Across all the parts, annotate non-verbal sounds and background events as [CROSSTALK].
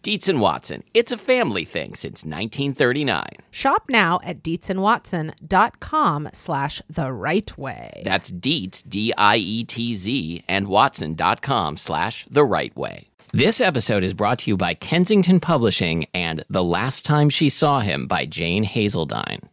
Dietz and Watson, it's a family thing since 1939. Shop now at deetzandwatson.com slash the right way. That's Dietz, D I E T Z, and Watson.com slash the right way. This episode is brought to you by Kensington Publishing and The Last Time She Saw Him by Jane Hazeldine.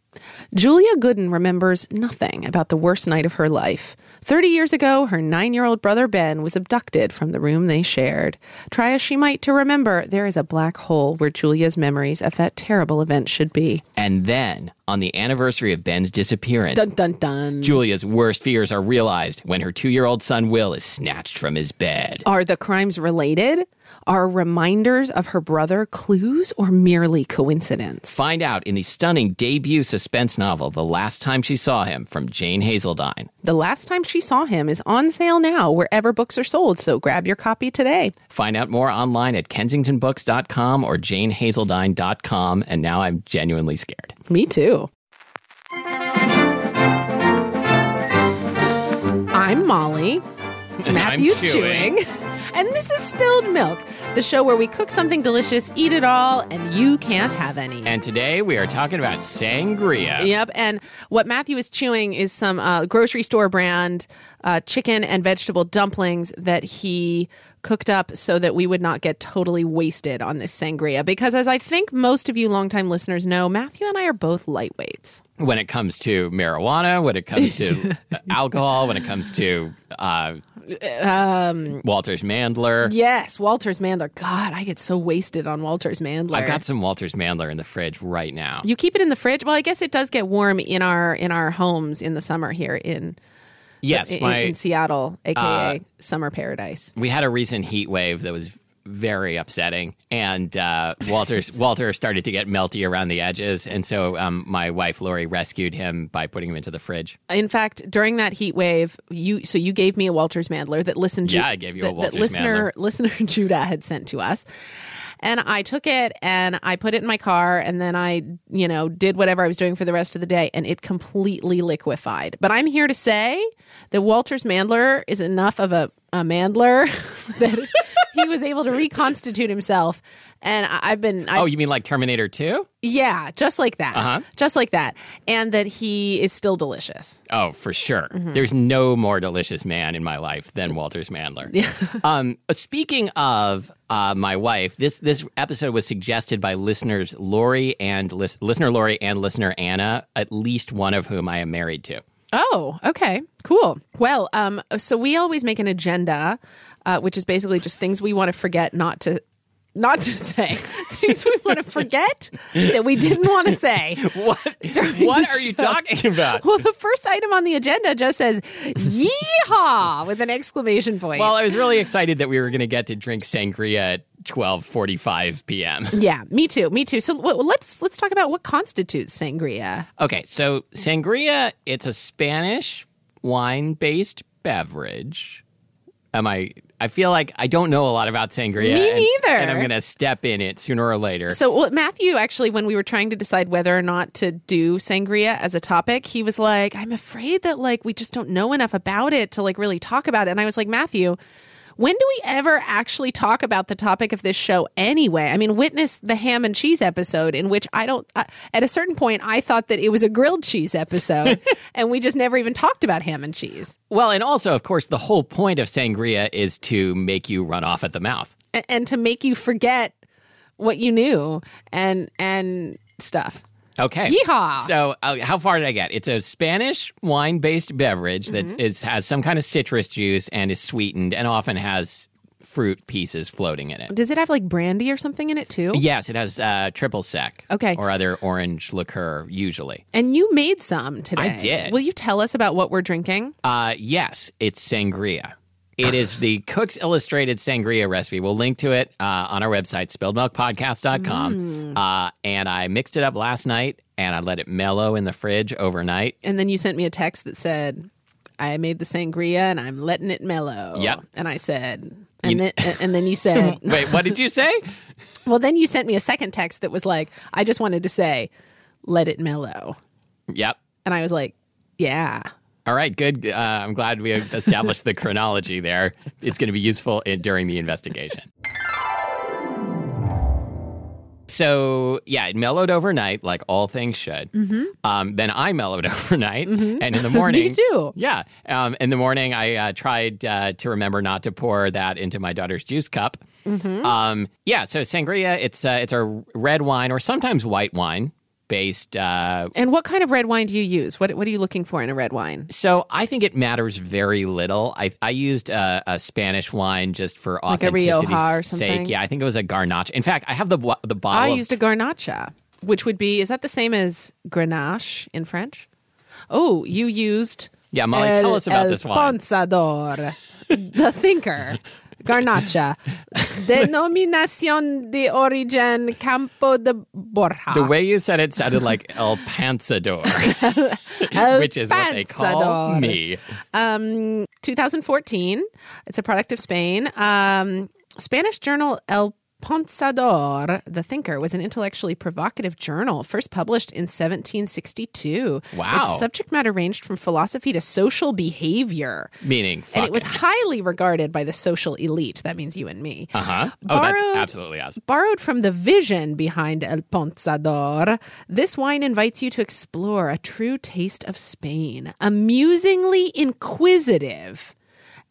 Julia Gooden remembers nothing about the worst night of her life. 30 years ago, her nine year old brother Ben was abducted from the room they shared. Try as she might to remember, there is a black hole where Julia's memories of that terrible event should be. And then, on the anniversary of Ben's disappearance, Dun dun dun. Julia's worst fears are realized when her two year old son Will is snatched from his bed. Are the crimes related? Are reminders of her brother clues or merely coincidence? Find out in the stunning debut suspense novel, The Last Time She Saw Him, from Jane Hazeldine. The last time she saw him is on sale now wherever books are sold, so grab your copy today. Find out more online at kensingtonbooks.com or janehazeldine.com. And now I'm genuinely scared. Me too. I'm Molly. Matthew's I'm chewing. And this is Spilled Milk, the show where we cook something delicious, eat it all, and you can't have any. And today we are talking about sangria. Yeah. Yep. And what Matthew is chewing is some uh, grocery store brand uh, chicken and vegetable dumplings that he cooked up so that we would not get totally wasted on this sangria. Because as I think most of you longtime listeners know, Matthew and I are both lightweights. When it comes to marijuana, when it comes to uh, alcohol, when it comes to uh, Walter's Mandler. Yes, Walter's Mandler. God, I get so wasted on Walter's Mandler. I've got some Walter's Mandler in the fridge right now. you keep it in the fridge. Well, I guess it does get warm in our in our homes in the summer here in yes, in, my uh, in Seattle, aka summer paradise. we had a recent heat wave that was very upsetting, and uh, Walter's Walter started to get melty around the edges, and so um, my wife Lori rescued him by putting him into the fridge. In fact, during that heat wave, you so you gave me a Walters Mandler that listened to Yeah, I gave you a that, Walters that listener listener [LAUGHS] Judah had sent to us. And I took it and I put it in my car and then I, you know, did whatever I was doing for the rest of the day and it completely liquefied. But I'm here to say that Walters Mandler is enough of a, a mandler [LAUGHS] that he was able to reconstitute himself. And I, I've been I've Oh, Uh-huh. you mean like Terminator Two? yeah, just like that. Just like that. And that he is still delicious. Oh, for sure. There's no more delicious man in my life than Walter's Mandler. [LAUGHS] um, speaking of uh, my wife, this this episode was suggested by listeners Lori and lis- listener Lori and listener Anna, at least one of whom I am married to. Oh, okay. Cool. Well, um, so we always make an agenda, uh, which is basically just things we want to forget not to not to [LAUGHS] say. things we want to forget that we didn't want to say. [LAUGHS] What? [LAUGHS] what are you talking about? Well, the first item on the agenda just says yeehaw with an exclamation point. Well, I was really excited that we were going to get to drink sangria at twelve forty-five [LAUGHS] p.m. yeah, me too. Me too. So w- let's let's talk about what constitutes sangria. Okay, so sangria, it's a Spanish wine-based beverage. Am I? I feel like I don't know a lot about sangria. Me neither. And, I'm going to step in it sooner or later. [LAUGHS] So, well, Matthew, actually, when we were trying to decide whether or not to do sangria as a topic, he was like, I'm afraid that, like, we just don't know enough about it to, like, really talk about it. And I was like, Matthew, When do we ever actually talk about the topic of this show anyway? I mean, witness the ham and cheese episode in which I don't, uh, at a certain point, I thought that it was a grilled cheese episode and we just never even talked about ham and cheese. Well, and also, of course, the whole point of sangria is to make you run off at the mouth. A- and to make you forget what you knew and, and stuff. Okay. Yeehaw. So, uh, how far did I get? It's a Spanish wine based beverage that Mm-hmm. is has some kind of citrus juice and is sweetened and often has fruit pieces floating in it. Does it have like brandy or something in it too? Yes, it has uh, triple sec. Okay. Or other orange liqueur, usually. And you made some today. I did. Will you tell us about what we're drinking? Uh, yes, it's sangria. It is [LAUGHS] the Cook's Illustrated Sangria recipe. We'll link to it uh, on our website, Mm. spilledmilkpodcast.com. Uh, and I mixed it up last night and I let it mellow in the fridge [LAUGHS] overnight. And then you sent me a text that said, I made the sangria and I'm letting it mellow. Yep. And I said, and, then, and then you [LAUGHS] said, Wait, what did you say? well, then you sent me a second text that was like, I just wanted to say, let it mellow. yep. And I was like, yeah. All right, good. Uh, I'm glad we established the chronology there. It's going to be useful in, during the investigation. So, yeah, it mellowed overnight, like all things should. Um, then I mellowed [LAUGHS] overnight. And in the morning, too. Yeah. Um, in the morning, I uh, tried uh, to remember not to pour that into my daughter's juice cup. Um, yeah, so sangria, it's, uh, it's a red wine or sometimes white wine based uh, And what kind of red wine do you use? What, what are you looking for in a red wine? So I think it matters very little. I I used a, a Spanish wine just for a authenticity's Rioja or something? sake. Yeah, I think it was a Garnacha. In fact, I have the wa- the I bottle. of- used a garnacha, which would be, is that the same as grenache in French? Oh, you used. Yeah, Molly, tell us about this wine. Pensador, the [LAUGHS] thinker. Garnacha. Denominación de origen Campo de Borja. the way you said it sounded like [LAUGHS] [LAUGHS] El Pansador, [LAUGHS] which is what they call Pansador. me. 2014. It's a product of Spain. Um, Spanish journal El Pensador, the thinker, was an intellectually provocative journal first published in 1762. Wow. Its subject matter ranged from philosophy to social behavior. Meaning, fuck and it was highly regarded by the social elite. That means you and me. Uh huh. Oh, that's borrowed- absolutely us. Borrowed from the vision behind El Ponsador, this wine invites you to explore a true taste of Spain. Amusingly inquisitive,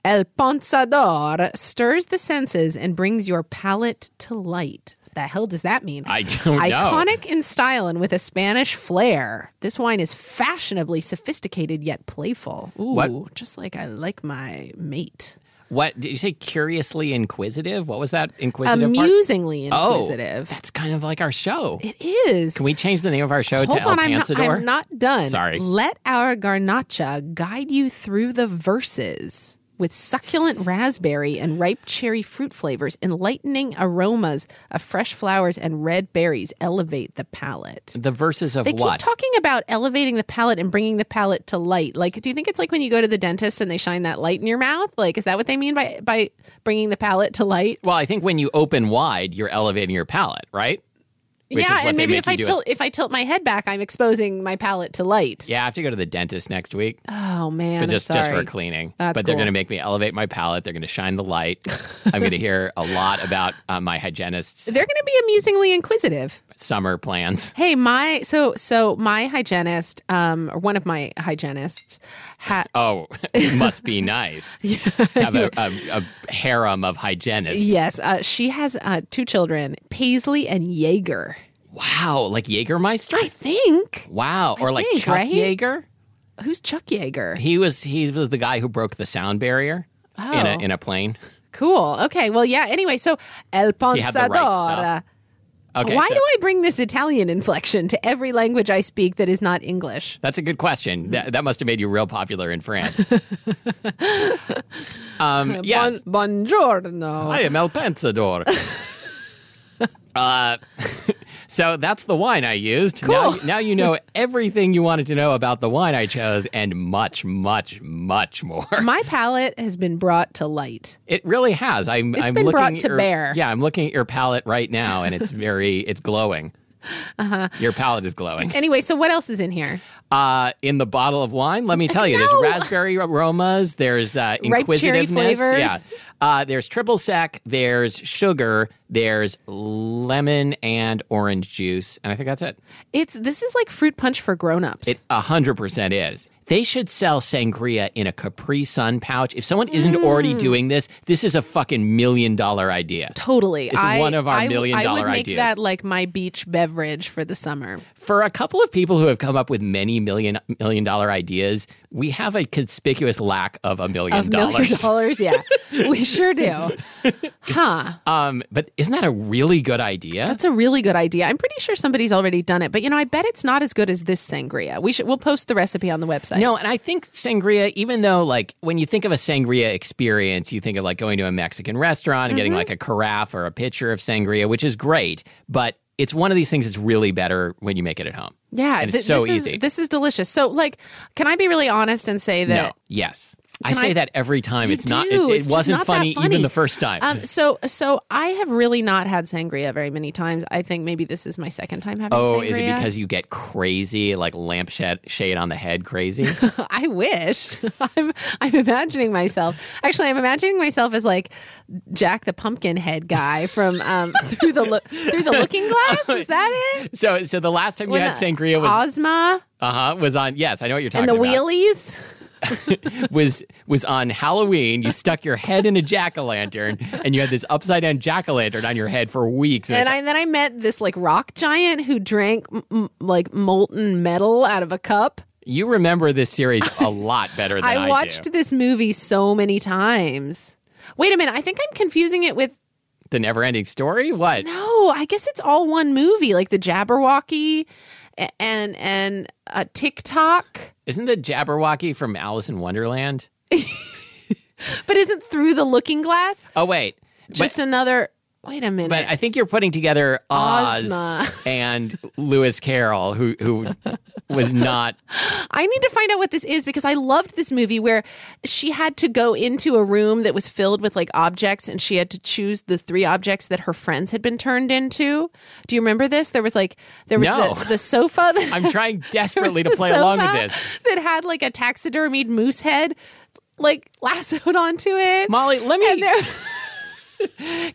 El Ponsador stirs the senses and brings your palate to light. What the hell does that mean? I don't know. Iconic in style and with a Spanish flair, this wine is fashionably sophisticated yet playful. Ooh, What- just like I like my mate. What did you say? Curiously inquisitive. What was that inquisitive part? Amusingly Oh, inquisitive. That's kind of like our show. it is. Can we change the name of our show Hold to El on, I'm not, Pansador? I'm not done. Sorry. Let our garnacha guide you through the verses with succulent raspberry and ripe cherry fruit flavors, enlightening aromas of fresh flowers and red berries elevate the palate. the verses of They what? keep talking about elevating the palate and bringing the palate to light. Like, do you think it's like when you go to the dentist and they shine that light in your mouth? Like, is that what they mean by by bringing the palate to light? Well, I think when you open wide, you're elevating your palate, right? Which is yeah, what and they maybe make if you I do it- tilt if I tilt my head back, I'm exposing my palate to light. Yeah, I have to go to the dentist next week, Oh man, but just I'm sorry. just for a cleaning. That's but they're cool. going to make me elevate my palate. They're going to shine the light. I'm going to hear a lot about uh, my hygienist's They're going to be amusingly inquisitive. summer plans. Hey, my so so my hygienist, um, or one of my hygienists, [LAUGHS] ha- Oh, it must [LAUGHS] be nice to have a, a, a harem of hygienists. yes, uh, she has uh, two children, Paisley and Jaeger. Wow, like Jägermeister. I think wow, or like think, Chuck right? Yeager. who's Chuck Jaeger? He was he was the guy who broke the sound barrier in a Oh. in a plane. Cool. Okay. Well, yeah. Anyway, so El had the right Pensador. stuff. Okay, Why so- do I bring this Italian inflection to every language I speak that is not English? That's a good Mm-hmm. question. That, that must have made you real popular in France. [LAUGHS] um, yes, Bon, buongiorno. I am El [LAUGHS] Pensador. uh, [LAUGHS] so that's the wine I used. Now, Cool. now you know everything you wanted to know about the wine I chose and much, much, much more. [LAUGHS] My palate has been brought to light. It really has. I'm, I'm been looking brought at to your, bear. [LAUGHS] Yeah, I'm looking at your palate right now, and it's very, it's glowing. Uh-huh. Your palate is glowing. Anyway, so what else is in here? Uh, in the bottle of wine, let me Uh, tell you, there's raspberry aromas, there's uh, cherry inquisitiveness, flavors. yeah. Uh, there's triple sec, there's sugar, there's lemon and orange juice, and I think that's it. It's this is like fruit punch for grown-ups. It a hundred percent is. They should sell sangria in a Capri Sun pouch. If someone isn't already Mm. doing this, this is a fucking million dollar idea. totally. It's one of our I, million I would dollar make ideas. that like my beach beverage for the summer. For a couple of people who have come up with many million million dollar ideas, we have a conspicuous lack of a million Of million dollars. [LAUGHS] dollars, yeah. [LAUGHS] we sure do. Huh. Um, but isn't that a really good idea? That's a really good idea. I'm pretty sure somebody's already done it, but you know, I bet it's not as good as this sangria. We should we'll post the recipe on the website. no, and I think sangria, even though like when you think of a sangria experience, you think of like going to a Mexican restaurant and Mm-hmm. getting like a carafe or a pitcher of sangria, which is great, but it's one of these things that's really better when you make it at home. Yeah, And th- it's so this easy. Is, this is delicious. So, like, can I be really honest and say that? no. Yes. I Can say I- that every time. You It's not. do. It, it It's just wasn't not that funny, even funny. the first time. Um, so, so I have really not had sangria very many times. I think maybe this is my second time having sangria. oh, is it because you get crazy, like lampshade shade on the [LAUGHS] head, crazy? I wish. [LAUGHS] I'm I'm imagining myself. Actually, I'm imagining myself as like Jack the Pumpkin Head guy from um, [LAUGHS] through the Loo- through the Looking Glass. Was that it? so, so the last time you When had the- sangria was Ozma uh huh was on. Yes, I know what you're and talking the about. Wheelies. was was on Halloween. You stuck your head in a jack o' lantern, and you had this upside down jack o' lantern on your head for weeks. And I then I met this like rock giant who drank m- m- like molten metal out of a cup. you remember this series a lot better than I, [LAUGHS] I watched do. this movie so many times. Wait a minute, I think I'm confusing it with The Never Ending Story. What? no. I guess it's all one movie, like the Jabberwocky a- and and uh, TikTok. not the Jabberwocky from Alice in Wonderland? But isn't through the Looking Glass Oh wait, just another? Wait a minute. but, but I think you're putting together Oz Ozma. [LAUGHS] and Lewis Carroll, who who was not. I need to find out what this is because I loved this movie where she had to go into a room that was filled with like objects and she had to choose the three objects that her friends had been turned into. Do you remember this? There was like there was No. the, the sofa that [LAUGHS] I'm trying [LAUGHS] there was desperately to the play along with sofa this. that had like a taxidermied moose head like [LAUGHS] lassoed onto it. Molly, let me. [LAUGHS] and there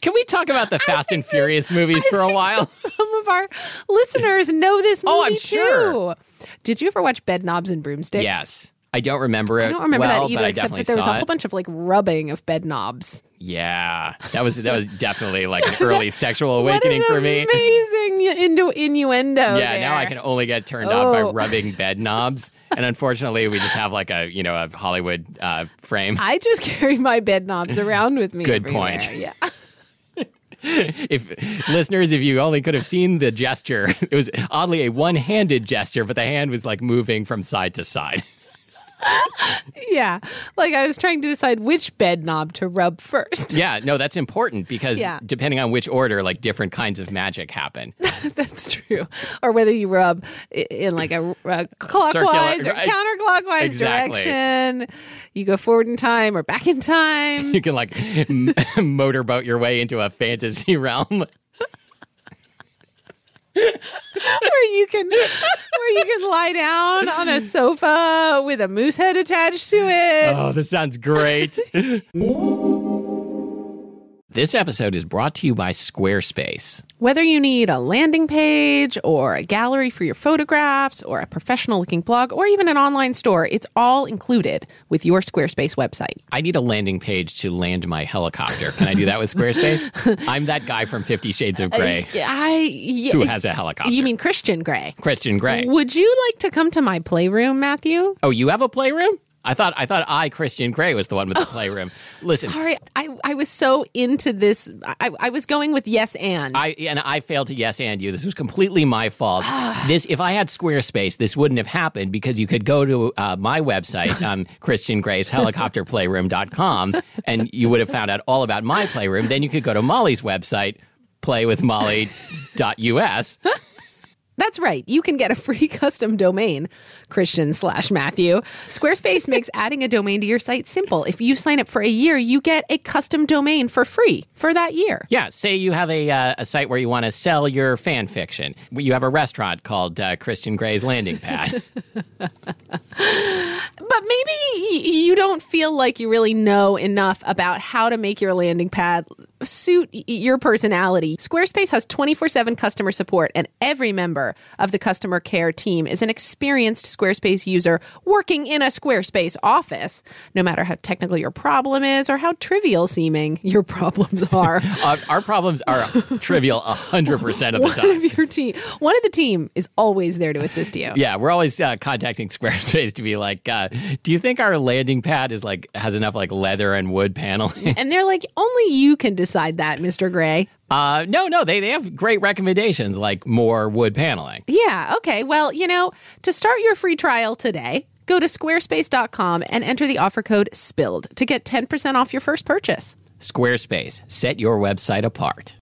can we talk about the Fast and Furious movies for a [LAUGHS] while? some of our listeners know this movie Oh, I'm too. sure. Did you ever watch Bed Knobs and Broomsticks? Yes. I don't remember it. I don't remember well, that either, but I except definitely that there was saw a whole it. bunch of like rubbing of bed knobs. Yeah, that was that was definitely like [LAUGHS] an early sexual awakening what for an me. [LAUGHS] Amazing innu- innuendo. yeah, there. now I can only get turned on by Oh. rubbing bed knobs, and unfortunately, we just have like a you know a Hollywood uh, frame. I just [LAUGHS] carry my bed knobs around with me. Good everywhere. point. Yeah. [LAUGHS] [LAUGHS] If listeners, if you only could have seen the gesture, it was oddly a one-handed gesture, but the hand was like moving from side to side. [LAUGHS] yeah. Like I was trying to decide which bed knob to rub first. Yeah, no, that's important because Yeah. depending on which order, like different kinds of magic happen. [LAUGHS] That's true. Or whether you rub i- in like a, a clockwise or right. counterclockwise Exactly. direction. You go forward in time or back in time. [LAUGHS] You can like m- motorboat your way into a fantasy [LAUGHS] realm. where you can where you can lie down on a sofa with a moose head attached to it. Oh, this sounds great. this episode is brought to you by Squarespace. Whether you need a landing page or a gallery for your photographs or a professional looking blog or even an online store, it's all included with your Squarespace website. I need a landing page to land my helicopter. Can I do that with Squarespace? I'm that guy from Fifty Shades of [LAUGHS] Grey I who yeah, has a helicopter. you mean Christian Grey? Christian Grey. Would you like to come to my playroom, Matthew? Oh, you have a playroom? I thought I thought I Christian Grey was the one with the playroom. Listen, Sorry, I, I was so into this. I, I was going with yes and. I and I failed to yes and you. This was completely my fault. this if I had Squarespace, this wouldn't have happened because you could go to uh, my website, um, Christian Gray's helicopterplayroom.com, and you would have found out all about my playroom. Then you could go to Molly's website, playwithmolly.us. That's right. You can get a free [LAUGHS] custom domain, Christian slash Matthew. Squarespace [LAUGHS] makes adding a domain to your site simple. If you sign up for a year, you get a custom domain for free for that year. Yeah, say you have a, uh, a site where you want to sell your fan fiction. You have a restaurant called uh, Christian Gray's Landing Pad. But maybe y- you don't feel like you really know enough about how to make your landing pad suit y- your personality. Squarespace has 24 7 customer support, and every member of the customer care team is an experienced Squarespace user working in a Squarespace office. No matter how technical your problem is or how trivial seeming your [LAUGHS] problems are. our, our problems are trivial 100% of the One time. of your team, one of the team is always there to assist you. Yeah, we're always uh, contacting [LAUGHS] Squarespace to be like, uh, do you think our landing pad is like has enough like leather and wood paneling? [LAUGHS] And they're like, only you can decide that, Mr. Gray. Uh, no, no, they, they have great recommendations like more wood paneling. Yeah, okay. Well, you know, to start your free trial today, go to squarespace.com and enter the offer code SPILLED to get 10% off your first purchase. Squarespace, set your website apart.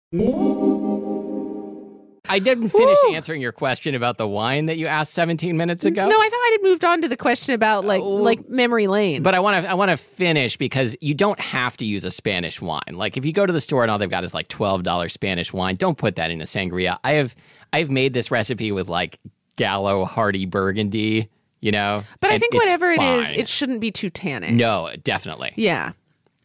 I didn't finish Woo. answering your question about the wine that you asked 17 minutes ago. No, I thought I had moved on to the question about like like memory lane. Oh. But I want to I want to finish because you don't have to use a Spanish wine. Like if you go to the store and all they've got is like twelve dollar Spanish wine, don't put that in a sangria. I have I've made this recipe with like Gallo Hardy Burgundy, you know. but I and think it's whatever it is, fine. it shouldn't be too tannic. no, definitely. Yeah.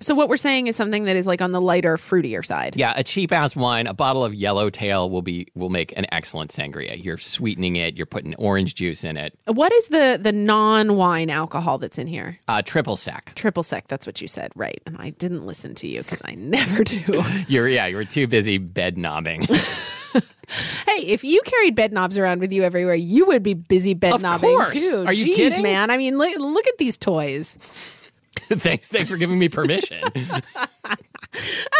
So what we're saying is something that is like on the lighter, fruitier side. Yeah, a cheap ass wine, a bottle of Yellowtail will be will make an excellent sangria. You're sweetening it, you're putting orange juice in it. What is the the non-wine alcohol that's in here? Uh, triple sec. Triple sec, that's what you said, right? And I didn't listen to you because I never do. You're yeah, you were too busy bed knobbing. Hey, if you carried bed knobs around with you everywhere, you would be busy bed Of knobbing course. too. Are you Jeez, kidding? man? I mean, look, look at these toys. [LAUGHS] thanks, thanks for giving me permission.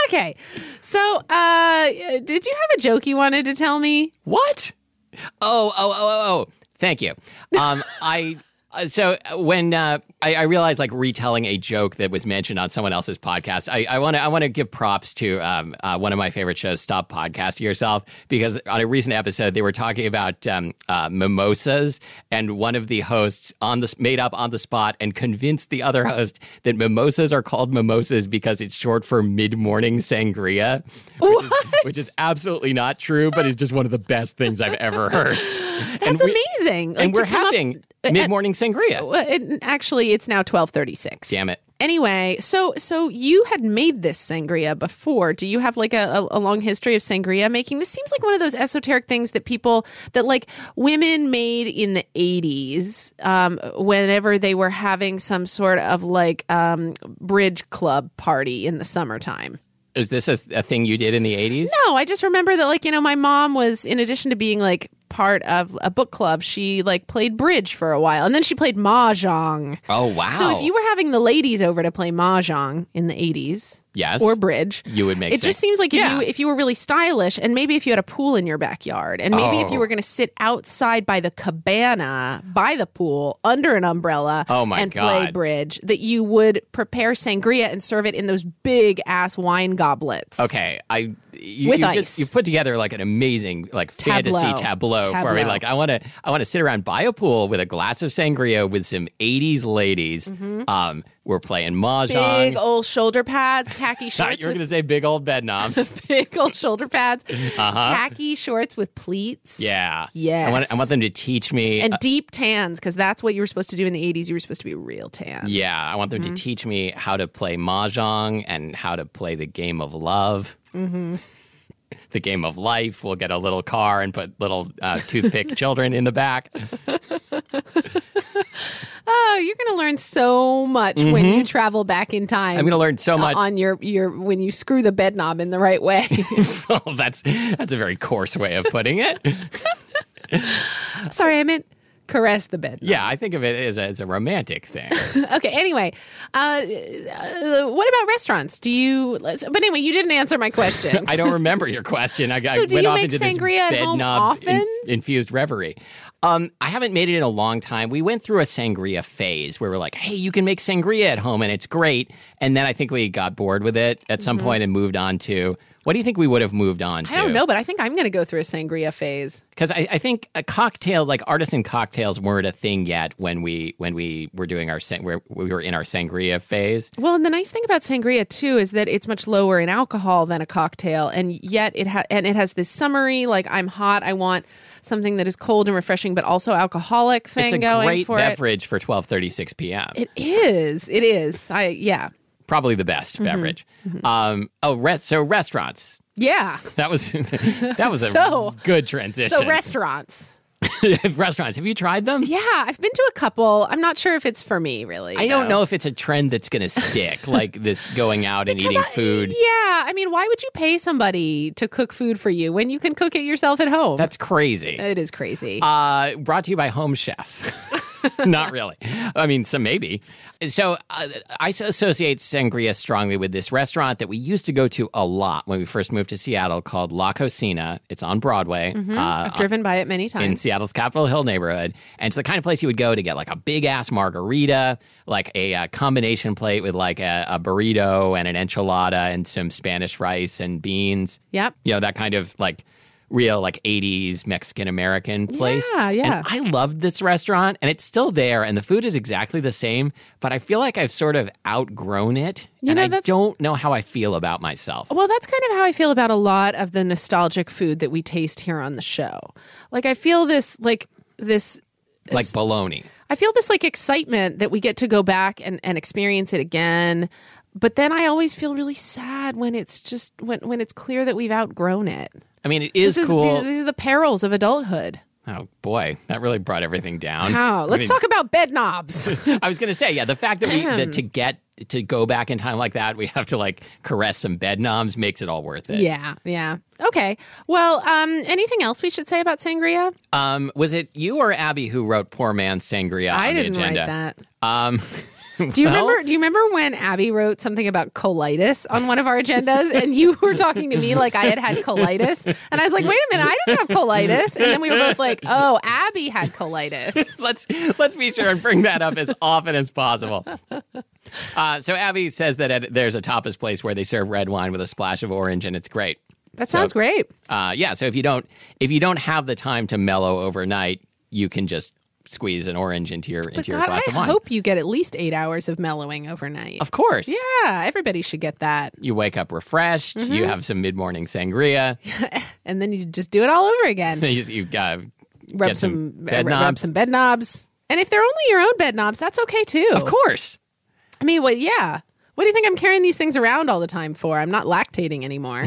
Okay, so uh, did you have a joke you wanted to tell me? What? Oh, oh, oh, oh, oh. Thank you. Um, I. uh, So when uh, I, I realized like retelling a joke that was mentioned on someone else's podcast, I want to I want to give props to um, uh, one of my favorite shows, Stop Podcasting Yourself, because on a recent episode they were talking about um, uh, mimosas, and one of the hosts on the made up on the spot and convinced the other host that mimosas are called mimosas because it's short for mid morning sangria, [LAUGHS] which is which is absolutely not true, but is just one of the best things I've ever heard. [LAUGHS] and That's amazing. Like, and to we're come up- Oh. having mid morning sangria. Well, it- actually, it's now twelve thirty-six. Damn it. Anyway, so so you had made this sangria before. Do you have like a, a, a long history of sangria making? This seems like one of those esoteric things that people that like women made in the eighties, um, whenever they were having some sort of like um, bridge club party in the summertime. Is this a, a thing you did in the 80s? No, I just remember that like you know my mom was in addition to being like part of a book club, she like played bridge for a while, and then she played mahjong. Oh, wow. So if you were having the ladies over to play mahjong in the 80s yes, or bridge, you would make it just seems like if Yeah. you if you were really stylish and maybe if you had a pool in your backyard and maybe if Oh. you were going to sit outside by the cabana by the pool under an umbrella Oh, my and play God. bridge that you would prepare sangria and serve it in those big ass wine goblets. Okay, I you, With you ice. just you put together like an amazing like fantasy Tableau. tableau, for me. Tableau. Like I want to I want to sit around by a pool with a glass of sangria with some '80s ladies. Um, we're playing mahjong. Mm-hmm. Big old shoulder pads, khaki [LAUGHS] shorts Thought [LAUGHS] you were with going to say big old bed knobs. [LAUGHS] big old shoulder pads, khaki shorts with pleats. Uh-huh. [LAUGHS] yeah. Yes. I want I want them to teach me. and deep tans because that's what you were supposed to do in the 80s you were supposed to be real tan yeah, I want them to teach me how to play mahjong and how to play the game of love. [LAUGHS] the game of life. We'll get a little car and put little uh, toothpick [LAUGHS] children in the back. oh you're gonna learn so much when you travel back in time Mm-hmm. I'm going to learn so much. on your your when you screw the bed knob in the right way [LAUGHS] well, that's that's a very coarse way of putting it. sorry i meant caress the bed knob. Yeah, I think of it as a, as a romantic thing. [LAUGHS] okay anyway uh, uh, what about restaurants do you let's- but anyway you didn't answer my [LAUGHS] question I don't remember your question. I, I So do went you off make into this sangria at bed home knob in- often? infused reverie. Um, I haven't made it in a long time. We went through a sangria phase where we're like, hey, you can make sangria at home and it's great. And then I think we got bored with it at some point and moved on to What do you think we would have moved on to? Mm-hmm. I don't know, but I think I'm going to go through a sangria phase. because I, I think a cocktail like artisan cocktails weren't a thing yet when we when we were doing our san- where we were in our sangria phase. Well, and the nice thing about sangria too is that it's much lower in alcohol than a cocktail, and yet it ha- and it has this summery, like I'm hot, I want something that is cold and refreshing, but also alcoholic thing It's a going great for beverage for twelve thirty six p.m. it. It is. It is. I yeah Probably the best Mm-hmm. beverage. Um, oh, rest, so restaurants. yeah. That was [LAUGHS] that was a So- good transition. So [LAUGHS] restaurants. restaurants. Have you tried them? Yeah, I've been to a couple. I'm not sure if it's for me really. I don't though. know if it's a trend that's going to stick, [LAUGHS] like this going out and eating food. Yeah, I mean, why would you pay somebody to cook food for you when you can cook it yourself at home? That's crazy. it is crazy. Uh, brought to you by Home Chef. [LAUGHS] Not really. I mean, some maybe. So uh, I associate sangria strongly with this restaurant that we used to go to a lot when we first moved to Seattle called La Cocina. It's on Broadway. Uh, I've driven by it many in times. Seattle's Capitol Hill neighborhood. And it's the kind of place you would go to get like a big ass margarita, like a, uh combination plate with like a, a burrito and an enchilada and some Spanish rice and beans. Yep. You know, that kind of like real like 80s Mexican American place. Yeah, yeah. And I loved this restaurant and it's still there and the food is exactly the same, but I feel like I've sort of outgrown it. You and know, I that's- don't know how I feel about myself. Well, that's kind of how I feel about a lot of the nostalgic food that we taste here on the show. Like I feel this like this Like baloney. I feel this like excitement that we get to go back and, and experience it again. But then I always feel really sad when it's just when when it's clear that we've outgrown it. I mean, it is, This is cool. these, these are the perils of adulthood. Oh boy, that really brought everything down. Wow. I Let's mean, talk about bed [LAUGHS] knobs. [LAUGHS] I was going to say, yeah, the fact that we that to get to go back in time like that, we have to like caress some bed noms makes it all worth it. yeah, yeah. Okay. Well, um, anything else we should say about sangria? Um, was it you or Abby who wrote "Poor Man's Sangria"? I on the didn't agenda? write that. Um, [LAUGHS] Do you Well- remember? Do you remember when Abby wrote something about colitis on one of our agendas, and you were talking to me like I had had colitis, and I was like, "Wait a minute, I didn't have colitis," and then we were both like, "Oh, Abby had colitis." let's let's be sure and bring that up as often as possible. [LAUGHS] Uh, so Abby says that at, there's a tapas place where they serve red wine with a splash of orange, and it's great. That sounds great. Uh, yeah, so if you don't if you don't have the time to mellow overnight, you can just squeeze an orange into your into your God, I glass of wine. hope you get at least eight hours of mellowing overnight. Of course. Yeah, everybody should get that, You wake up refreshed. Mm-hmm. You have some mid morning sangria. [LAUGHS] and then you just do it all over again. you just, you uh, Rub Get some, some uh, bed rub knobs. some bed knobs, and if they're only your own bed knobs, that's okay too. of course. I mean, well, yeah. What do you think I'm carrying these things around all the time for? I'm not lactating [LAUGHS] anymore.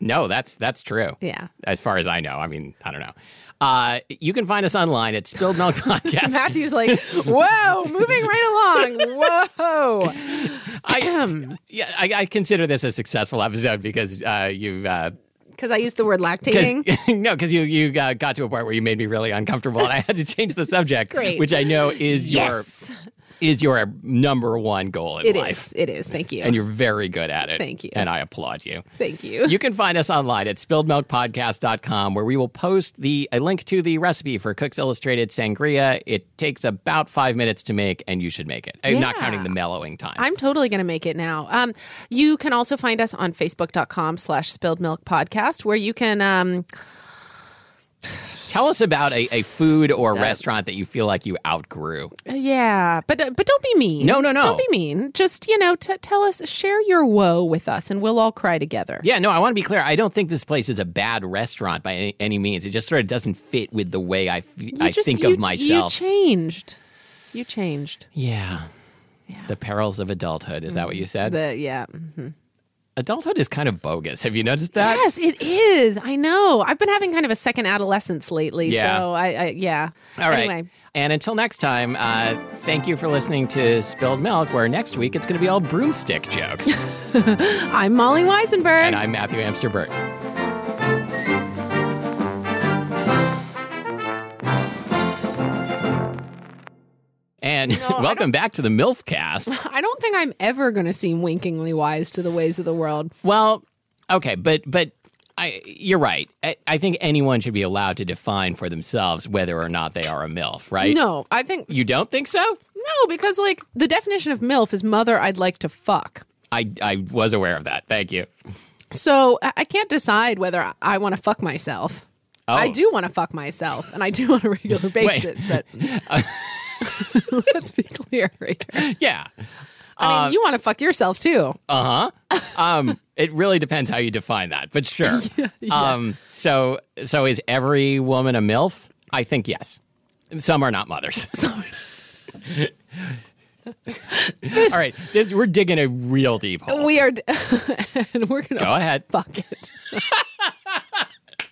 No, that's that's true. Yeah. As far as I know, I mean, I don't know. Uh, you can find us online at Spilled [LAUGHS] Milk Podcast. Matthew's like, whoa, moving right along. Whoa. I, yeah, I, I consider this a successful episode because uh, you uh, Because I used the word lactating. [LAUGHS] Cause, no, because you you uh, got to a part where you made me really uncomfortable, and I had to change the subject, Great. which I know is Yes. your is your number one goal in It life, is. It is. Thank you. and you're very good at it. Thank you. and I applaud you. Thank you. You can find us online at spilledmilkpodcast.com where we will post the a link to the recipe for Cook's Illustrated Sangria. It takes about five minutes to make, and you should make it. I'm Not Yeah. counting the mellowing time. I'm totally going to make it now. Um, you can also find us on facebook.com slash spilled milk podcast where you can, um, Tell us about a, a food or restaurant that you feel like you outgrew. yeah, but, but don't be mean. No, no, no. Don't be mean. Just, you know, t- tell us, share your woe with us and we'll all cry together. Yeah, no, I want to be clear. I don't think this place is a bad restaurant by any, any means. It just sort of doesn't fit with the way I, f- You I just- think you- of myself. You changed. You changed. yeah. The perils of adulthood. Is that what you said? Mm. The, yeah. adulthood is kind of bogus. Have you noticed that? Yes, it is. I know. I've been having kind of a second adolescence lately. Yeah. So I, I yeah. All right. Anyway, And until next time, uh, thank you for listening to Spilled Milk, where next week it's going to be all broomstick [LAUGHS] jokes. I'm Molly Weisenberg. and I'm Matthew Amster Burton. And [LAUGHS] I welcome back to the MILF cast. [LAUGHS] I don't think I'm ever going to seem winkingly wise to the ways of the world. Well, okay, but but I you're right. I, I think anyone should be allowed to define for themselves whether or not they are a MILF, right? No, I think You don't think so? no because like the definition of milf is mother I'd like to fuck. I I was aware of that. Thank you. [LAUGHS] So I I can't decide whether I- I want to fuck myself. Oh. I do want to fuck myself, and I do on a [LAUGHS] regular basis. Uh, But [LAUGHS] let's be clear. Here. Yeah. Uh, I mean, you want to fuck yourself too. Um, it really depends how you define that, but sure. Um, so, so is every woman a MILF? I think yes. Some are not mothers. [LAUGHS] All right, this, we're digging a real deep hole. we are, d- [LAUGHS] and we're gonna Go ahead. fuck it.